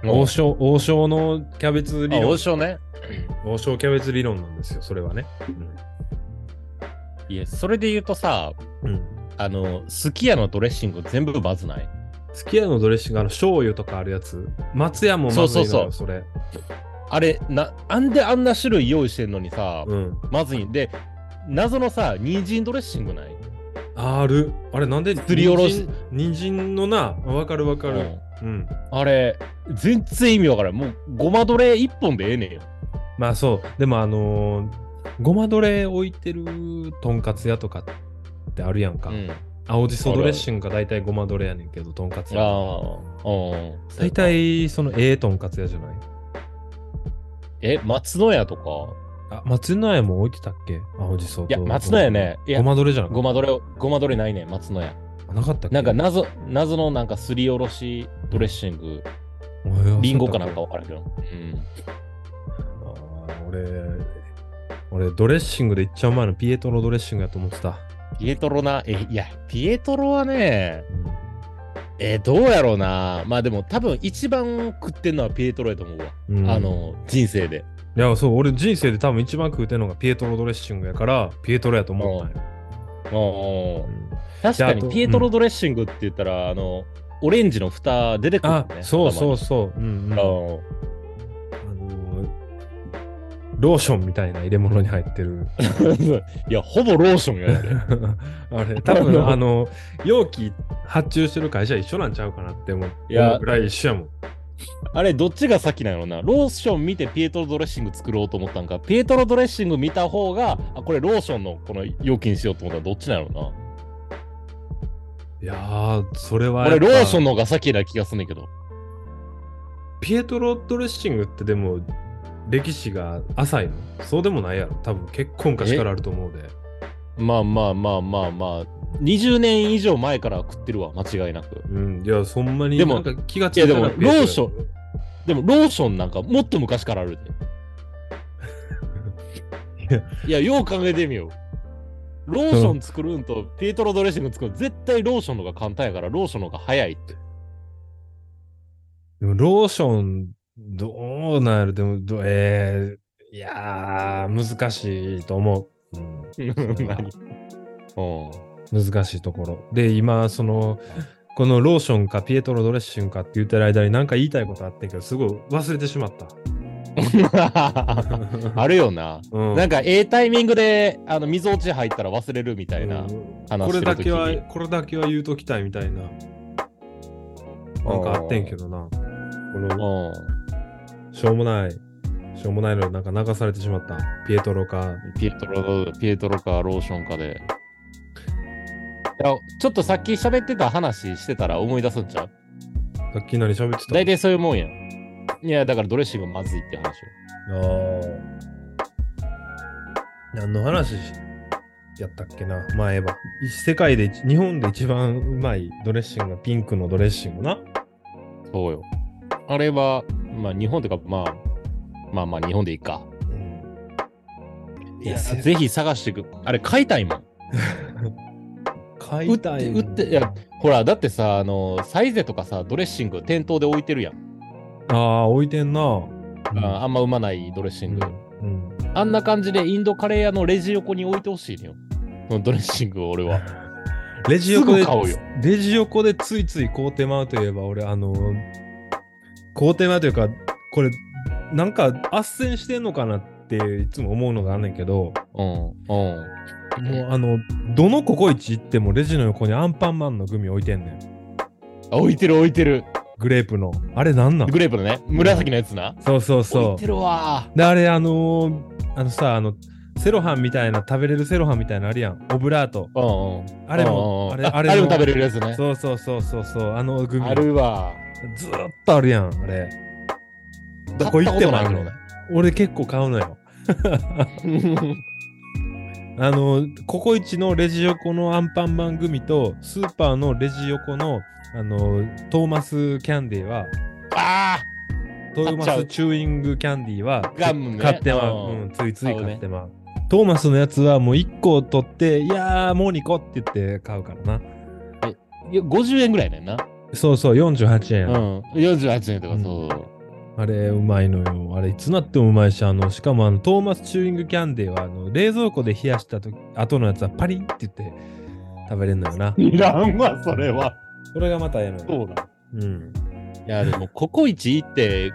[SPEAKER 3] 王将王将のキャベツ理
[SPEAKER 4] あ
[SPEAKER 3] 論
[SPEAKER 4] 王将ね。
[SPEAKER 3] 王将キャベツ理論なんですよそれはね
[SPEAKER 4] いや、それで言うとさ、
[SPEAKER 3] うん、うん、
[SPEAKER 4] あの、すき家のドレッシング全部バズない
[SPEAKER 3] すき家のドレッシングあの醤油とかあるやつ松屋もまずいのよ
[SPEAKER 4] そうそう
[SPEAKER 3] それ
[SPEAKER 4] あれ、な、あんであんな種類用意してんのにさ、
[SPEAKER 3] うん
[SPEAKER 4] まずいんで、謎のさ、人参ドレッシングない
[SPEAKER 3] あるあれなんです
[SPEAKER 4] りおろし
[SPEAKER 3] 人参人参のなわかるわか
[SPEAKER 4] う
[SPEAKER 3] る
[SPEAKER 4] ん
[SPEAKER 3] うん
[SPEAKER 4] あれ、全然意味わからん。もう、ごまドレ一本でええねんよ。
[SPEAKER 3] まあそうでもあのーごまドレ置いてるとんかつ屋とかってあるやんか、
[SPEAKER 4] うん。あ
[SPEAKER 3] 青じそドレッシングが大体ごまドレやねんけどとんかつ屋
[SPEAKER 4] あ、うん。
[SPEAKER 3] 大。体そのええとんかつ屋じゃない
[SPEAKER 4] え、松野屋とか
[SPEAKER 3] あ、松の屋も置いてたっけ青じそと。
[SPEAKER 4] いや、松野屋ね。いや
[SPEAKER 3] ご、まどれじゃな
[SPEAKER 4] ごまドレ、ごまドレないねん、松野屋。
[SPEAKER 3] まなかったっけ
[SPEAKER 4] なんか、謎、謎のなんかすりおろしドレッシング、
[SPEAKER 3] えー
[SPEAKER 4] リンゴかなんか
[SPEAKER 3] そう
[SPEAKER 4] わからんけど。うん。
[SPEAKER 3] だったっけあー俺、俺、ドレッシングでいっちゃう前のピエトロドレッシングやと思ってた。
[SPEAKER 4] ピエトロな、え、いや、ピエトロはね、えーどうやろうな。まあでも多分一番食ってんのはピエトロやと思うわ。
[SPEAKER 3] うん
[SPEAKER 4] あ。の、人生で。
[SPEAKER 3] いや、そう、俺人生で多分一番食うてんのがピエトロドレッシングやから、ピエトロやと思ったんや。
[SPEAKER 4] うん
[SPEAKER 3] うん
[SPEAKER 4] 確
[SPEAKER 3] で
[SPEAKER 4] か
[SPEAKER 3] あと
[SPEAKER 4] にピエトロドレッシングって言ったら、あの、オレンジの蓋出てくる
[SPEAKER 3] あ
[SPEAKER 4] よね。、
[SPEAKER 3] そうそう
[SPEAKER 4] そ
[SPEAKER 3] そう。うんうん。
[SPEAKER 4] う
[SPEAKER 3] あの
[SPEAKER 4] ん。
[SPEAKER 3] ー、ローションみたいな入れ物に入ってる。
[SPEAKER 4] いや、ほぼローションやね。
[SPEAKER 3] あれ多分あの容器発注してる会社一緒なんちゃうかなって思う
[SPEAKER 4] いや
[SPEAKER 3] 思うぐらい一緒やもん
[SPEAKER 4] あれ、どっちが先なのな。ローション見てピエトロドレッシング作ろうと思ったんか、ピエトロドレッシング見た方が、あ、これローションのこの容器にしようと思ったらどっちなのな。
[SPEAKER 3] いやーそれはや
[SPEAKER 4] 俺、
[SPEAKER 3] っぱ
[SPEAKER 4] ローションの方が先な気がすんねんけど。
[SPEAKER 3] ピエトロドレッシングってでも歴史が浅いのそうでもないやろ多分結構昔からあると思うで
[SPEAKER 4] まあまあまあまあまあ、 20年以上前から食ってるわ、間違いなく。
[SPEAKER 3] うん、いや、そんなに、
[SPEAKER 4] でも
[SPEAKER 3] なんか気が
[SPEAKER 4] いやでも
[SPEAKER 3] なくて
[SPEAKER 4] ローションでも、ローションなんかもっと昔からあるで。いや、よう考えてみよう。ローション作るんと、ピートロドレッシング作るん、絶対ローションの方が簡単やから、ローションの方が早いって。
[SPEAKER 3] でもローション、どうなるでも、どえー、いやー、難しいと思う。うん
[SPEAKER 4] 何うん。
[SPEAKER 3] 難しいところ。で、今、その、このローションかピエトロドレッシングかって言ってる間に何か言いたいことあってんけど、すごい忘れてしまった。
[SPEAKER 4] あるよな。
[SPEAKER 3] うん
[SPEAKER 4] なんか、ええタイミングで、あの、溝落ち入ったら忘れるみたいな
[SPEAKER 3] うん
[SPEAKER 4] 話
[SPEAKER 3] こ
[SPEAKER 4] して
[SPEAKER 3] れ
[SPEAKER 4] る
[SPEAKER 3] だ
[SPEAKER 4] 時
[SPEAKER 3] け
[SPEAKER 4] に
[SPEAKER 3] は、これだけは言うときたいみたいな。なんかあってんけどな。この、しょうもない、しょうもないのなんか流されてしまった。ピエトロか。
[SPEAKER 4] うん。ピエトロ、ピエトロかローションかで。いやちょっとさっき喋ってた話してたら思い出すんちゃう
[SPEAKER 3] さっき何喋ってた
[SPEAKER 4] 大体そういうもんやん。いや、だからドレッシングまずいって話よ。
[SPEAKER 3] あー何の話やったっけな前は。い世界で一、日本で一番うまいドレッシングがピンクのドレッシングな。
[SPEAKER 4] そうよ。あれは、まあ日本というか、まあ、まあまあ日本でいいか。
[SPEAKER 3] うん、
[SPEAKER 4] いや、ぜひ探してく。あれ、買いたいもん。
[SPEAKER 3] 買
[SPEAKER 4] 売って、
[SPEAKER 3] いたい
[SPEAKER 4] 売って、いや、ほら、だってさ、あの、サイゼとかさ、ドレッシング店頭で置いてるやん。
[SPEAKER 3] ああ、置いてんな。
[SPEAKER 4] ああんま生まないドレッシ
[SPEAKER 3] う
[SPEAKER 4] ン
[SPEAKER 3] ん
[SPEAKER 4] グ。
[SPEAKER 3] うん
[SPEAKER 4] あんな感じでインドカレー屋のレジ横に置いてほしいのよ。そのドレッシングを俺は。
[SPEAKER 3] レジ横です
[SPEAKER 4] ぐ買おうよ、
[SPEAKER 3] レジ横でついつい買うてまうといえば、俺、あの、買うてまうというか、これ、なんか、斡旋してんのかなっていつも思うのがあんねんけど、
[SPEAKER 4] うん、うん。
[SPEAKER 3] もうあの、どのココイチ行ってもレジの横にアンパンマンのグミ置いてんねん。
[SPEAKER 4] あ置いてる置いてる。
[SPEAKER 3] グレープの。あれなんなん
[SPEAKER 4] グレープのね、紫のやつな。
[SPEAKER 3] そうそう
[SPEAKER 4] 置い
[SPEAKER 3] そ
[SPEAKER 4] てるわ
[SPEAKER 3] う。で、あれあのーあのさ、あの、セロハンみたいな、食べれるセロハンみたいなのあるやん。オブラート。
[SPEAKER 4] ー。うんうん。
[SPEAKER 3] あれも、
[SPEAKER 4] うん
[SPEAKER 3] あ
[SPEAKER 4] うん
[SPEAKER 3] れ、
[SPEAKER 4] ああれも食べれるやつね。
[SPEAKER 3] そうそうそうそうそう、あのグミ。
[SPEAKER 4] あるわ。
[SPEAKER 3] ずーっとあるやん、あれ。どこ行ってもあるのね。俺結構買うのよ。あの、ココイチのレジ横のアンパンマングミと、スーパーのレジ横の、あの、トーマスキャンディーは、
[SPEAKER 4] あ
[SPEAKER 3] トーマ
[SPEAKER 4] 買っちゃ
[SPEAKER 3] ス
[SPEAKER 4] う
[SPEAKER 3] チューイングキャンディーは
[SPEAKER 4] ガムね
[SPEAKER 3] 買ってま
[SPEAKER 4] う
[SPEAKER 3] う、
[SPEAKER 4] ん
[SPEAKER 3] うん、ついつい買ってまうトーマスのやつはもう1個取って、いやーもう2個って言って買うからな。
[SPEAKER 4] あ、いや50円ぐらいねんな。
[SPEAKER 3] そうそう、48円
[SPEAKER 4] う
[SPEAKER 3] や、
[SPEAKER 4] ん。48円とかそう。
[SPEAKER 3] あれうまいのよ。あれいつなってもうまいし、あの、しかもあの、トーマスチューイングキャンディーは、あの、冷蔵庫で冷やしたと後のやつはパリンって言って食べれるのよな。
[SPEAKER 4] いらんわ、それは。
[SPEAKER 3] それがまたええのよ。
[SPEAKER 4] そうだ。
[SPEAKER 3] うん。
[SPEAKER 4] いや、でも、ココイチ行って、い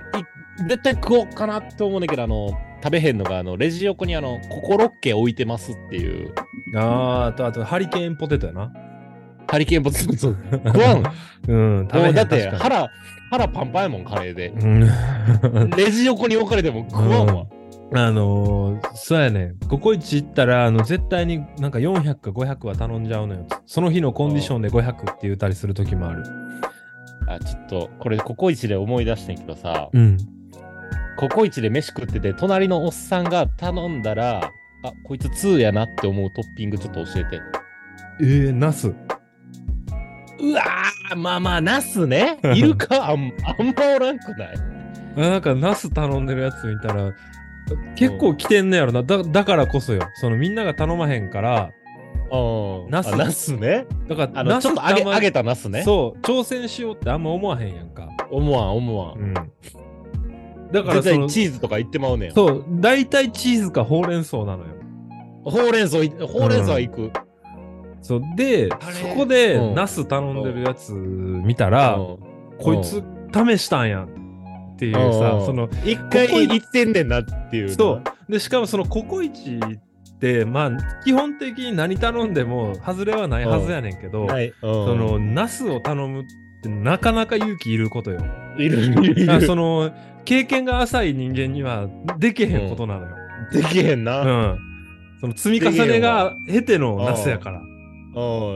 [SPEAKER 4] 絶対食おうかなと思うねんだけど、あの、食べへんのが、あの、レジ横に、あの、ココロッケ置いてますっていう、
[SPEAKER 3] あー、とあと、ハリケーンポテトやな。
[SPEAKER 4] ハリケーンボツ そう食わん。も
[SPEAKER 3] うん、 食べへ
[SPEAKER 4] うんだって、
[SPEAKER 3] 確か
[SPEAKER 4] 腹、腹パンパンやもん、カレーで
[SPEAKER 3] に。うん。
[SPEAKER 4] レジ横に置かれても食わんわ。
[SPEAKER 3] あのー、そうやね。ココイチ行ったら、あの、絶対になんか400か500は頼んじゃうのよ。その日のコンディションで500って言ったりする時もある。
[SPEAKER 4] あ、ちょっと、これ、ココイチで思い出してんけどさ、
[SPEAKER 3] うん。
[SPEAKER 4] ココイチで飯食ってて、隣のおっさんが頼んだら、あ、こいつ2やなって思うトッピングちょっと教えて。
[SPEAKER 3] えー、ナス。
[SPEAKER 4] うわー、まあまあ、ナスね。いるか、あんあんまおらんくない。
[SPEAKER 3] あなんか、ナス頼んでるやつ見たら、結構来てんねやろな。だだからこそよ。そのみんなが頼まへんから、
[SPEAKER 4] うん。
[SPEAKER 3] ナス
[SPEAKER 4] あナスね。
[SPEAKER 3] だから、
[SPEAKER 4] あの、ちょっと揚げ
[SPEAKER 3] あんま
[SPEAKER 4] 揚げたナスね。う。
[SPEAKER 3] そう、挑戦しようってあんま思わへんやんか。
[SPEAKER 4] 思わん、思わん。
[SPEAKER 3] ん。だから
[SPEAKER 4] 絶
[SPEAKER 3] そ
[SPEAKER 4] 対
[SPEAKER 3] の、
[SPEAKER 4] チーズとか言ってまうねん。
[SPEAKER 3] そう、大体チーズかほうれん草なのよ。
[SPEAKER 4] ほうれん草い、ほうれん草は行く。
[SPEAKER 3] そう、で、
[SPEAKER 1] あれ
[SPEAKER 3] そこで、
[SPEAKER 4] うん
[SPEAKER 3] ナス頼んでるやつ見たら、
[SPEAKER 4] うん
[SPEAKER 3] こいつ試したんやっていうさ、
[SPEAKER 4] うん
[SPEAKER 3] その、
[SPEAKER 4] 一回
[SPEAKER 3] ココイチ
[SPEAKER 4] 行ってんねんなっていう。
[SPEAKER 3] そう。。で、しかもそのココイチって、まあ、基本的に何頼んでも、外れはないはずやねんけど、
[SPEAKER 4] はい。うん
[SPEAKER 3] その、、ナスを頼むってなかなか勇気いることよ。
[SPEAKER 4] いるいるい
[SPEAKER 3] あ
[SPEAKER 4] る。
[SPEAKER 3] その、経験が浅い人間にはできへんことなのよ。
[SPEAKER 4] できへん
[SPEAKER 3] う
[SPEAKER 4] な。
[SPEAKER 3] ん。その積み重ねが経てのナスやから。
[SPEAKER 4] う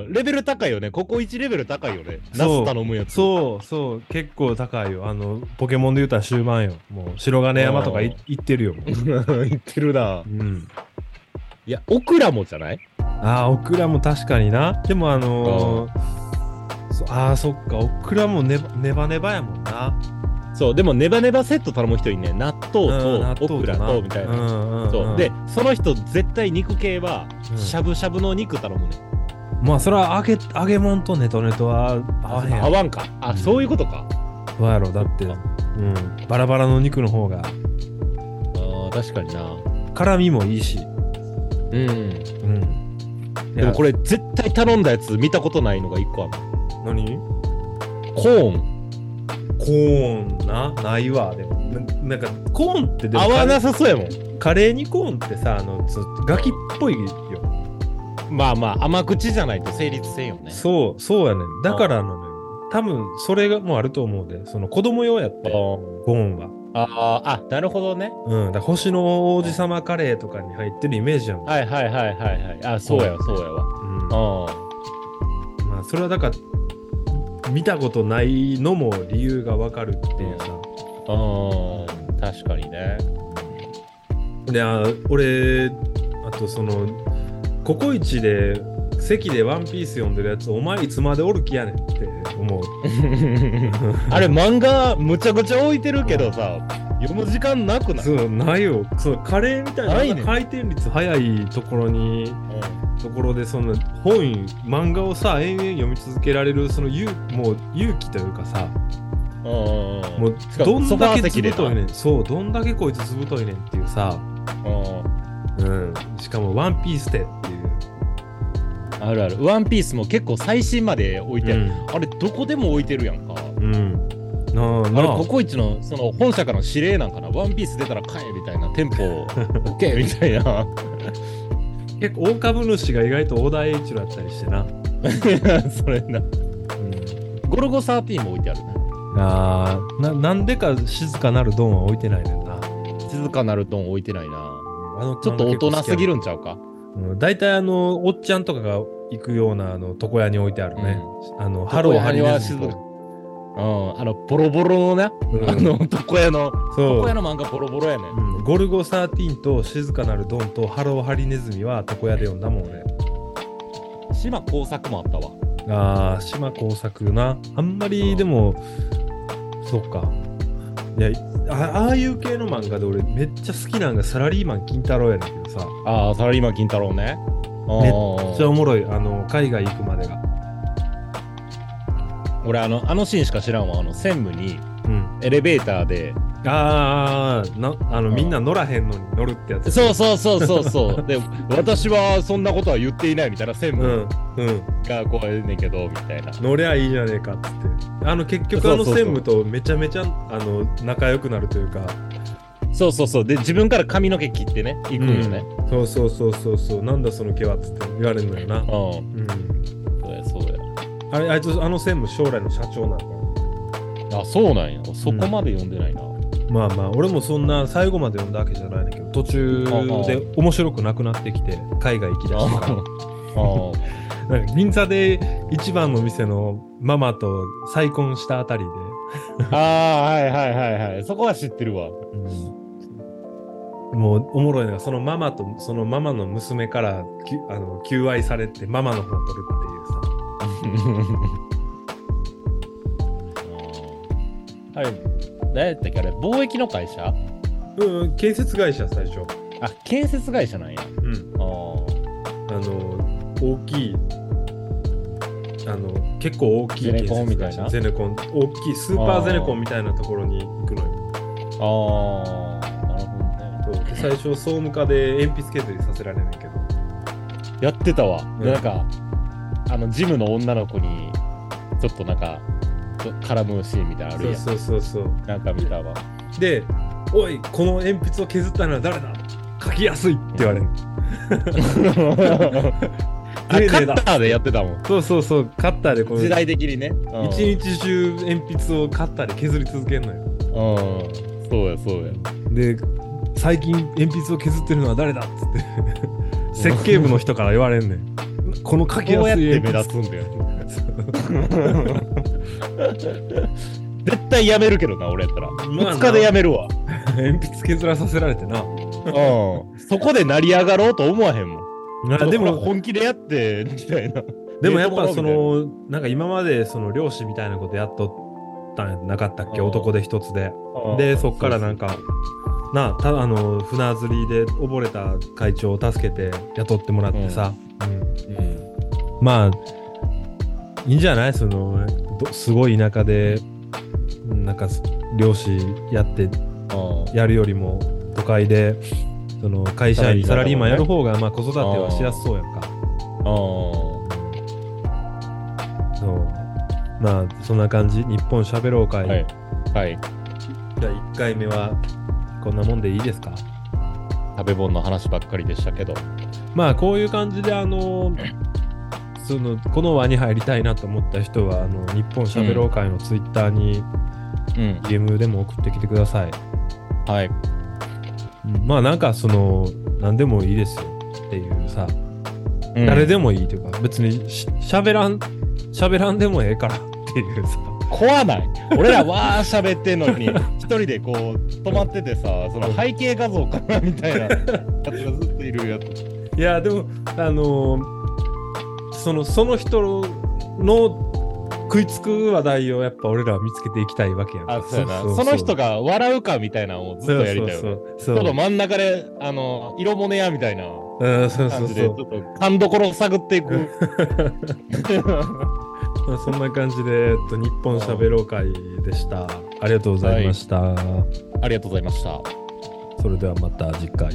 [SPEAKER 4] ん。レベル高いよね。ココイチレベル高いよね。ナ
[SPEAKER 3] そう
[SPEAKER 4] ス頼むやつ。
[SPEAKER 3] そうそう、結構高いよ。あの、ポケモンで言うたら終盤よ。もう、白金山とかい
[SPEAKER 4] あ
[SPEAKER 3] 行ってるよ。
[SPEAKER 4] 言ってるな
[SPEAKER 3] う。ん。
[SPEAKER 4] いや、オクラもじゃない
[SPEAKER 3] ああ、オクラも確かにな。でもあのーそああ、そっか、オクラもネバネバネバやもんな。
[SPEAKER 4] そう、でもネバネバセット頼む人いんねん納豆
[SPEAKER 3] うん納
[SPEAKER 4] と
[SPEAKER 3] 豆
[SPEAKER 4] オクラ
[SPEAKER 3] な
[SPEAKER 4] とみたいな。
[SPEAKER 3] うんうんうん
[SPEAKER 4] そうで、その人絶対肉系は
[SPEAKER 3] うん
[SPEAKER 4] しゃぶしゃぶの肉頼むねん。
[SPEAKER 3] まあそれは揚げ揚げ物とネトネトは合わへんや
[SPEAKER 4] 合
[SPEAKER 3] ろ
[SPEAKER 4] わんか。あ、そういうことか。
[SPEAKER 3] どうやろだって、うん、バラバラの肉の方が
[SPEAKER 4] ああ、確かにな。
[SPEAKER 3] 辛みもいいし、
[SPEAKER 4] うん。
[SPEAKER 3] うん、
[SPEAKER 4] でもこ
[SPEAKER 3] れ
[SPEAKER 4] れ絶対頼んだやつ見たことないのが一個ある。
[SPEAKER 3] 何
[SPEAKER 4] コーン。
[SPEAKER 3] コーンなないわでもななんかコーンってでも
[SPEAKER 4] 合わな
[SPEAKER 3] カ
[SPEAKER 4] さそうやもん。
[SPEAKER 3] レーカレーにコーンってさあのちょっとガキっぽいよ、
[SPEAKER 4] まあまあ、甘口じゃないと成立せんよね。
[SPEAKER 3] そうそうやねんだからなのよ多分それがもうあると思うでその子供用やってコーンは
[SPEAKER 4] ああ、あ、なるほどね。
[SPEAKER 3] うんだから星の王子様カレーとかに入ってるイメージやもん、
[SPEAKER 4] はいはいはいはいはい。あ、そうやわそうやわ。
[SPEAKER 3] う
[SPEAKER 4] う
[SPEAKER 3] ん
[SPEAKER 4] ん。
[SPEAKER 3] まあ、それはだから見たことないのも理由がわかるっていうさ、
[SPEAKER 4] うん。確かに ね。
[SPEAKER 3] であ俺あとそのココイチで席で「ワンピース読んでるやつお前いつまでおる気やねんって思う
[SPEAKER 4] あれ、漫画むちゃくちゃ置いてるけどさ、読む時間なくない
[SPEAKER 3] そうないよそうカレーみたいな
[SPEAKER 4] ないねん
[SPEAKER 3] 回転率早いところにところでその本漫画をさ延々読み続けられるその勇もう勇気というかさ
[SPEAKER 4] うん。うん
[SPEAKER 3] もう
[SPEAKER 4] しかも
[SPEAKER 3] どん
[SPEAKER 4] ソフ
[SPEAKER 3] だ
[SPEAKER 4] ァー
[SPEAKER 3] け
[SPEAKER 4] 席
[SPEAKER 3] つ
[SPEAKER 4] で
[SPEAKER 3] ぶ
[SPEAKER 4] な
[SPEAKER 3] といねんそうどんだけこいつつぶといねんっていうさ
[SPEAKER 4] うん。
[SPEAKER 3] うん、しかも「ワンピースでっていう。
[SPEAKER 4] あるある。ワンピースも結構最新まで置いてある。あれ、どこでも置いてるやんか。
[SPEAKER 3] うん。なあ
[SPEAKER 4] あ
[SPEAKER 3] な
[SPEAKER 4] れ、
[SPEAKER 3] あ
[SPEAKER 4] ココイチのその本社からの指令なんかな。ワンピース出たら買えみたいな。店 舗 OK みたいな。
[SPEAKER 3] 結構大株主が意外と小田栄一郎だったりしてな。
[SPEAKER 4] それな。ゴルゴ13も置いてあるね。
[SPEAKER 3] ああななんでか静かなるドンは置いてないねんな。
[SPEAKER 4] 静かなるドン置いてないな。
[SPEAKER 3] あの
[SPEAKER 4] ちょっと大人すぎ
[SPEAKER 3] る。
[SPEAKER 4] るんちゃうか。
[SPEAKER 3] うん大体、あの、おっちゃんとかが行くようなあの床屋に置いてあるね。あの、ハロー
[SPEAKER 4] 床屋
[SPEAKER 3] ハリ
[SPEAKER 4] に
[SPEAKER 3] ネ
[SPEAKER 4] は
[SPEAKER 3] ズミと
[SPEAKER 4] うん。あの、ボロボロのね、
[SPEAKER 3] うん
[SPEAKER 4] あの、床屋の、
[SPEAKER 3] そ
[SPEAKER 4] 床屋
[SPEAKER 3] う。
[SPEAKER 4] の漫画ボロボロやねん。
[SPEAKER 3] うんゴルゴ13と静かなるドンとハローハリネズミは床屋で読んだもん俺。
[SPEAKER 4] 島工作もあったわ。
[SPEAKER 3] ああ、島工作な。あんまりでも、そっか。いやあ、ああいう系の漫画で俺めっちゃ好きなんがサラリーマン金太郎やねんけどさ、
[SPEAKER 4] ああ、サラリーマン金太郎ね。
[SPEAKER 3] めっ
[SPEAKER 4] め
[SPEAKER 3] ちゃおもろい。あの、海外行くまでが。
[SPEAKER 4] 俺あの、あのシーンしか知らんわ。あの、専務に
[SPEAKER 3] うん。
[SPEAKER 4] エレベーターで。
[SPEAKER 3] ああ、なあの、みんな乗らへんのに乗るってやつ。
[SPEAKER 4] そうそうそうそうそう。で、私はそんなことは言っていないみたいな専
[SPEAKER 3] う
[SPEAKER 4] 務
[SPEAKER 3] ん。うん。
[SPEAKER 4] がこうやんねんけど、みたいな。
[SPEAKER 3] 乗りゃいいじゃねえかっつって。あの、結局
[SPEAKER 4] そ
[SPEAKER 3] あ
[SPEAKER 4] うそ
[SPEAKER 3] の
[SPEAKER 4] うそう
[SPEAKER 3] 専務とめちゃめちゃ、あの、仲良くなるというか。
[SPEAKER 4] そうそうそう。で、自分から髪の毛切ってね、行くんよね。
[SPEAKER 3] うん。そうそうそうそうそう。なんだその毛はっつって言われるのよな。
[SPEAKER 4] うん。
[SPEAKER 3] うん。
[SPEAKER 4] そうや、そうや。
[SPEAKER 3] あれあいつあの専務将来の社長なんだから
[SPEAKER 4] あ、そうなんや。そこまで読んでないな。
[SPEAKER 3] まあまあ俺もそんな最後まで読んだわけじゃないんだけど途中で面白くなくなってきて海外行きだしたか
[SPEAKER 4] あ
[SPEAKER 3] らなんか銀座で一番の店のママと再婚したあたりで、
[SPEAKER 4] ああー、はいはいはいはい。そこは知ってる わ。
[SPEAKER 3] もうおもろいのがそのママとそのママの娘からきゅあの求愛されてママの方を取るっていうさ
[SPEAKER 4] あれ、誰やったっけあれ、貿易の会社
[SPEAKER 3] うん建設会社最初
[SPEAKER 4] あ、建設会社なんや。
[SPEAKER 3] うん
[SPEAKER 4] あー
[SPEAKER 3] あの大きいあの結構大き
[SPEAKER 4] ゼ
[SPEAKER 3] い
[SPEAKER 4] ネコン
[SPEAKER 3] 建設会
[SPEAKER 4] みたい
[SPEAKER 3] 社
[SPEAKER 4] な
[SPEAKER 3] ゼネコン大きいスーパーゼネコンみたいなところに行くのよ
[SPEAKER 4] あー、なるほどね。
[SPEAKER 3] そうで最初総務課で鉛筆削りさせられないけど
[SPEAKER 4] やってたわ。
[SPEAKER 3] うん
[SPEAKER 4] で、なんか、あの、ジムの女の子に、ちょっとなんか、ちょ絡むシーンみたいなのあるやん。
[SPEAKER 3] そうそうそうそう
[SPEAKER 4] なんか見た わ。
[SPEAKER 3] で「おいこの鉛筆を削ったのは誰だ?」書きやすいって言われる、
[SPEAKER 4] あ、カ
[SPEAKER 3] 丁寧だ
[SPEAKER 4] ッターでやってたもん。
[SPEAKER 3] そうそうそうカッターでこの
[SPEAKER 4] 時
[SPEAKER 3] 一
[SPEAKER 4] 代的にね。うん
[SPEAKER 3] 日中鉛筆をカッターで削り続けるのよ
[SPEAKER 4] うん。そうや、そうや。
[SPEAKER 3] で最近鉛筆を削ってるのは誰だっつって 設計部の人から言われんねんこの書きや
[SPEAKER 4] こうやっ
[SPEAKER 3] すい
[SPEAKER 4] て目
[SPEAKER 3] 鉛筆
[SPEAKER 4] 立つんだよ。絶対やめるけどな、俺やったら。
[SPEAKER 3] まあ
[SPEAKER 4] 2
[SPEAKER 3] な
[SPEAKER 4] 日でやめる わ。
[SPEAKER 3] 鉛筆削らさせられてな
[SPEAKER 4] うん。そこで成り上がろうと思わへんもん。
[SPEAKER 3] なで
[SPEAKER 4] でも
[SPEAKER 3] も、
[SPEAKER 4] 本気でやって、みたいな。
[SPEAKER 3] でもやっぱ
[SPEAKER 4] デート
[SPEAKER 3] そ
[SPEAKER 4] もの
[SPEAKER 3] の、なんか今までその漁師みたいなことやっとったんやなかったっけ、
[SPEAKER 4] あー
[SPEAKER 3] 男で一つで。
[SPEAKER 4] で、
[SPEAKER 3] で、そっからなんか、なあたあの船釣りで溺れた会長を助けて雇ってもらってさ、うんまあいいんじゃないそのどすごい田舎でなんか漁師やってやるよりも都会でその会社員サ
[SPEAKER 4] サ
[SPEAKER 3] ラ
[SPEAKER 4] ラ
[SPEAKER 3] リ
[SPEAKER 4] リ
[SPEAKER 3] ー
[SPEAKER 4] ー
[SPEAKER 3] マ
[SPEAKER 4] マ
[SPEAKER 3] ン
[SPEAKER 4] ンや
[SPEAKER 3] やる
[SPEAKER 4] る
[SPEAKER 3] 方がまあ子育ては
[SPEAKER 4] は
[SPEAKER 3] し
[SPEAKER 4] し
[SPEAKER 3] や
[SPEAKER 4] や
[SPEAKER 3] すそうやんか
[SPEAKER 4] あー
[SPEAKER 3] そうまあそんな感じ日本しゃべろう会、
[SPEAKER 4] はい。はい。
[SPEAKER 3] じゃあ1回目はこんなもんでいいですか
[SPEAKER 4] 食べ物の話ばっかりでしたけど。
[SPEAKER 3] まあこういう感じであのそのこの輪に入りたいなと思った人はあの日本しゃべろう会のツイッターに
[SPEAKER 4] うん。
[SPEAKER 3] DM でも送ってきてください、
[SPEAKER 4] はい。
[SPEAKER 3] まあなんかその何でもいいですよっていうさ、誰でもいいというか別にししゃべらんしゃべらんでもええから っていうさ
[SPEAKER 4] 怖ない俺らわー喋ってんのに 一人でこう止まっててさその背景画像かなみた いなやつがずっといるやつ
[SPEAKER 3] いやでもあのそのその人の食いつく話題をやっぱ俺らは見つけていきたいわけやん
[SPEAKER 4] あそうやなその人が笑うかみたいなのをずっとやりたいよね
[SPEAKER 3] そ
[SPEAKER 4] ちょ
[SPEAKER 3] うそう
[SPEAKER 4] っ
[SPEAKER 3] そう
[SPEAKER 4] と真ん中であの色物やみたいな
[SPEAKER 3] うん、そうそ
[SPEAKER 4] 感
[SPEAKER 3] う
[SPEAKER 4] じ
[SPEAKER 3] そ
[SPEAKER 4] でちょ
[SPEAKER 3] う
[SPEAKER 4] っ。と勘どころを探ってい く
[SPEAKER 3] まあそんな感じで、えっと、日本しゃべろう会でした。ありがとうございました。
[SPEAKER 4] ありがとうございました
[SPEAKER 3] それではまた次回。